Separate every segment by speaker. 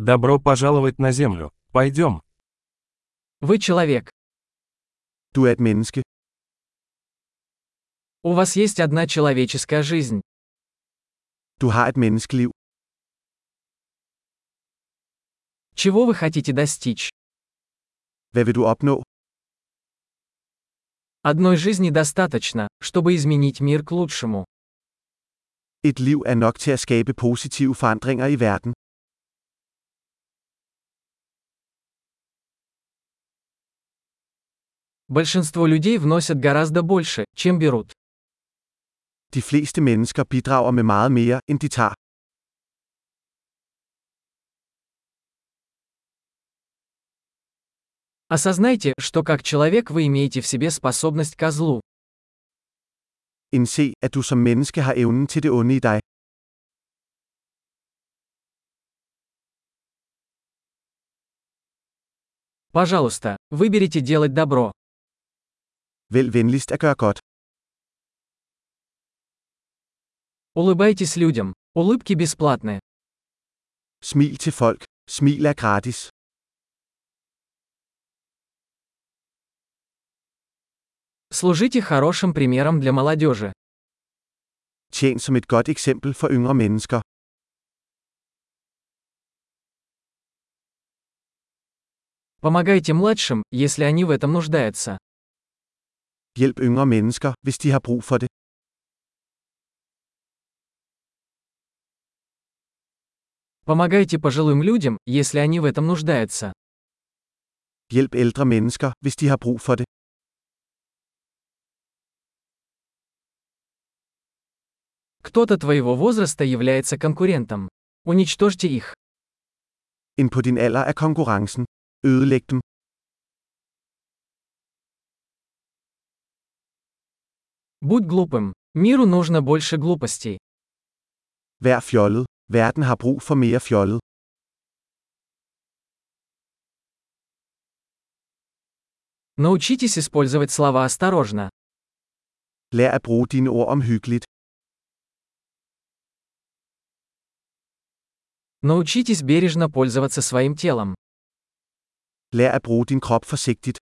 Speaker 1: Добро пожаловать на Землю. Пойдем.
Speaker 2: Вы человек.
Speaker 3: Du er et menneske.
Speaker 2: У вас есть одна человеческая жизнь.
Speaker 3: Du har et menneskeliv.
Speaker 2: Чего вы хотите достичь?
Speaker 3: Hvad vil du opnå?
Speaker 2: Одной жизни достаточно, чтобы изменить мир к лучшему.
Speaker 3: Et liv er nok til at skabe positive forandringer i verden.
Speaker 2: Большинство людей вносят гораздо больше, чем берут.
Speaker 3: De fleste mennesker bidrager med meget mere, end de tager.
Speaker 2: Осознайте, что как человек вы имеете в себе способность ко злу.
Speaker 3: Indse, at du som menneske har evnen til det onde i dig.
Speaker 2: Пожалуйста, выберите делать добро.
Speaker 3: Vælg venligst at gøre godt.
Speaker 2: Улыбайтесь людям. Улыбки бесплатны.
Speaker 3: Smil til folk. Smil er gratis.
Speaker 2: Служите хорошим примером для молодежи.
Speaker 3: Tjen som et godt eksempel for yngre mennesker.
Speaker 2: Помогайте младшим, если они в этом нуждаются.
Speaker 3: Hjælp yngre mennesker, hvis de har brug for det.
Speaker 2: Помогайте пожилым людям, если они в этом нуждаются.
Speaker 3: Hjælp ældre mennesker, hvis de har brug for det.
Speaker 2: Кто-то твоего возраста является конкурентом. Уничтожьте их.
Speaker 3: En på din alder er konkurrencen. Ødelæg dem.
Speaker 2: Будь глупым. Миру нужно больше глупостей.
Speaker 3: Vær fjollet. Verden har brug for mere fjollet.
Speaker 2: Научитесь использовать слова осторожно.
Speaker 3: Lær at bruge dine ord omhyggeligt.
Speaker 2: Научитесь бережно пользоваться своим телом.
Speaker 3: Lær at bruge din krop forsigtigt.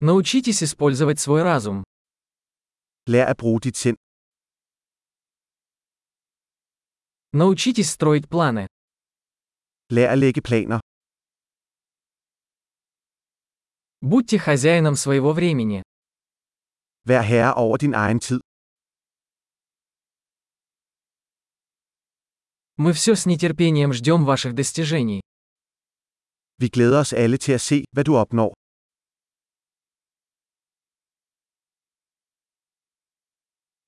Speaker 2: Научитесь использовать свой разум.
Speaker 3: Lær at bruge dit sind.
Speaker 2: Научитесь строить планы.
Speaker 3: Lær at lægge planer.
Speaker 2: Будьте хозяином своего времени.
Speaker 3: Vær herre over din egen tid.
Speaker 2: Мы все с нетерпением ждем ваших достижений.
Speaker 3: Vi glæder os alle til at se, hvad du opnår.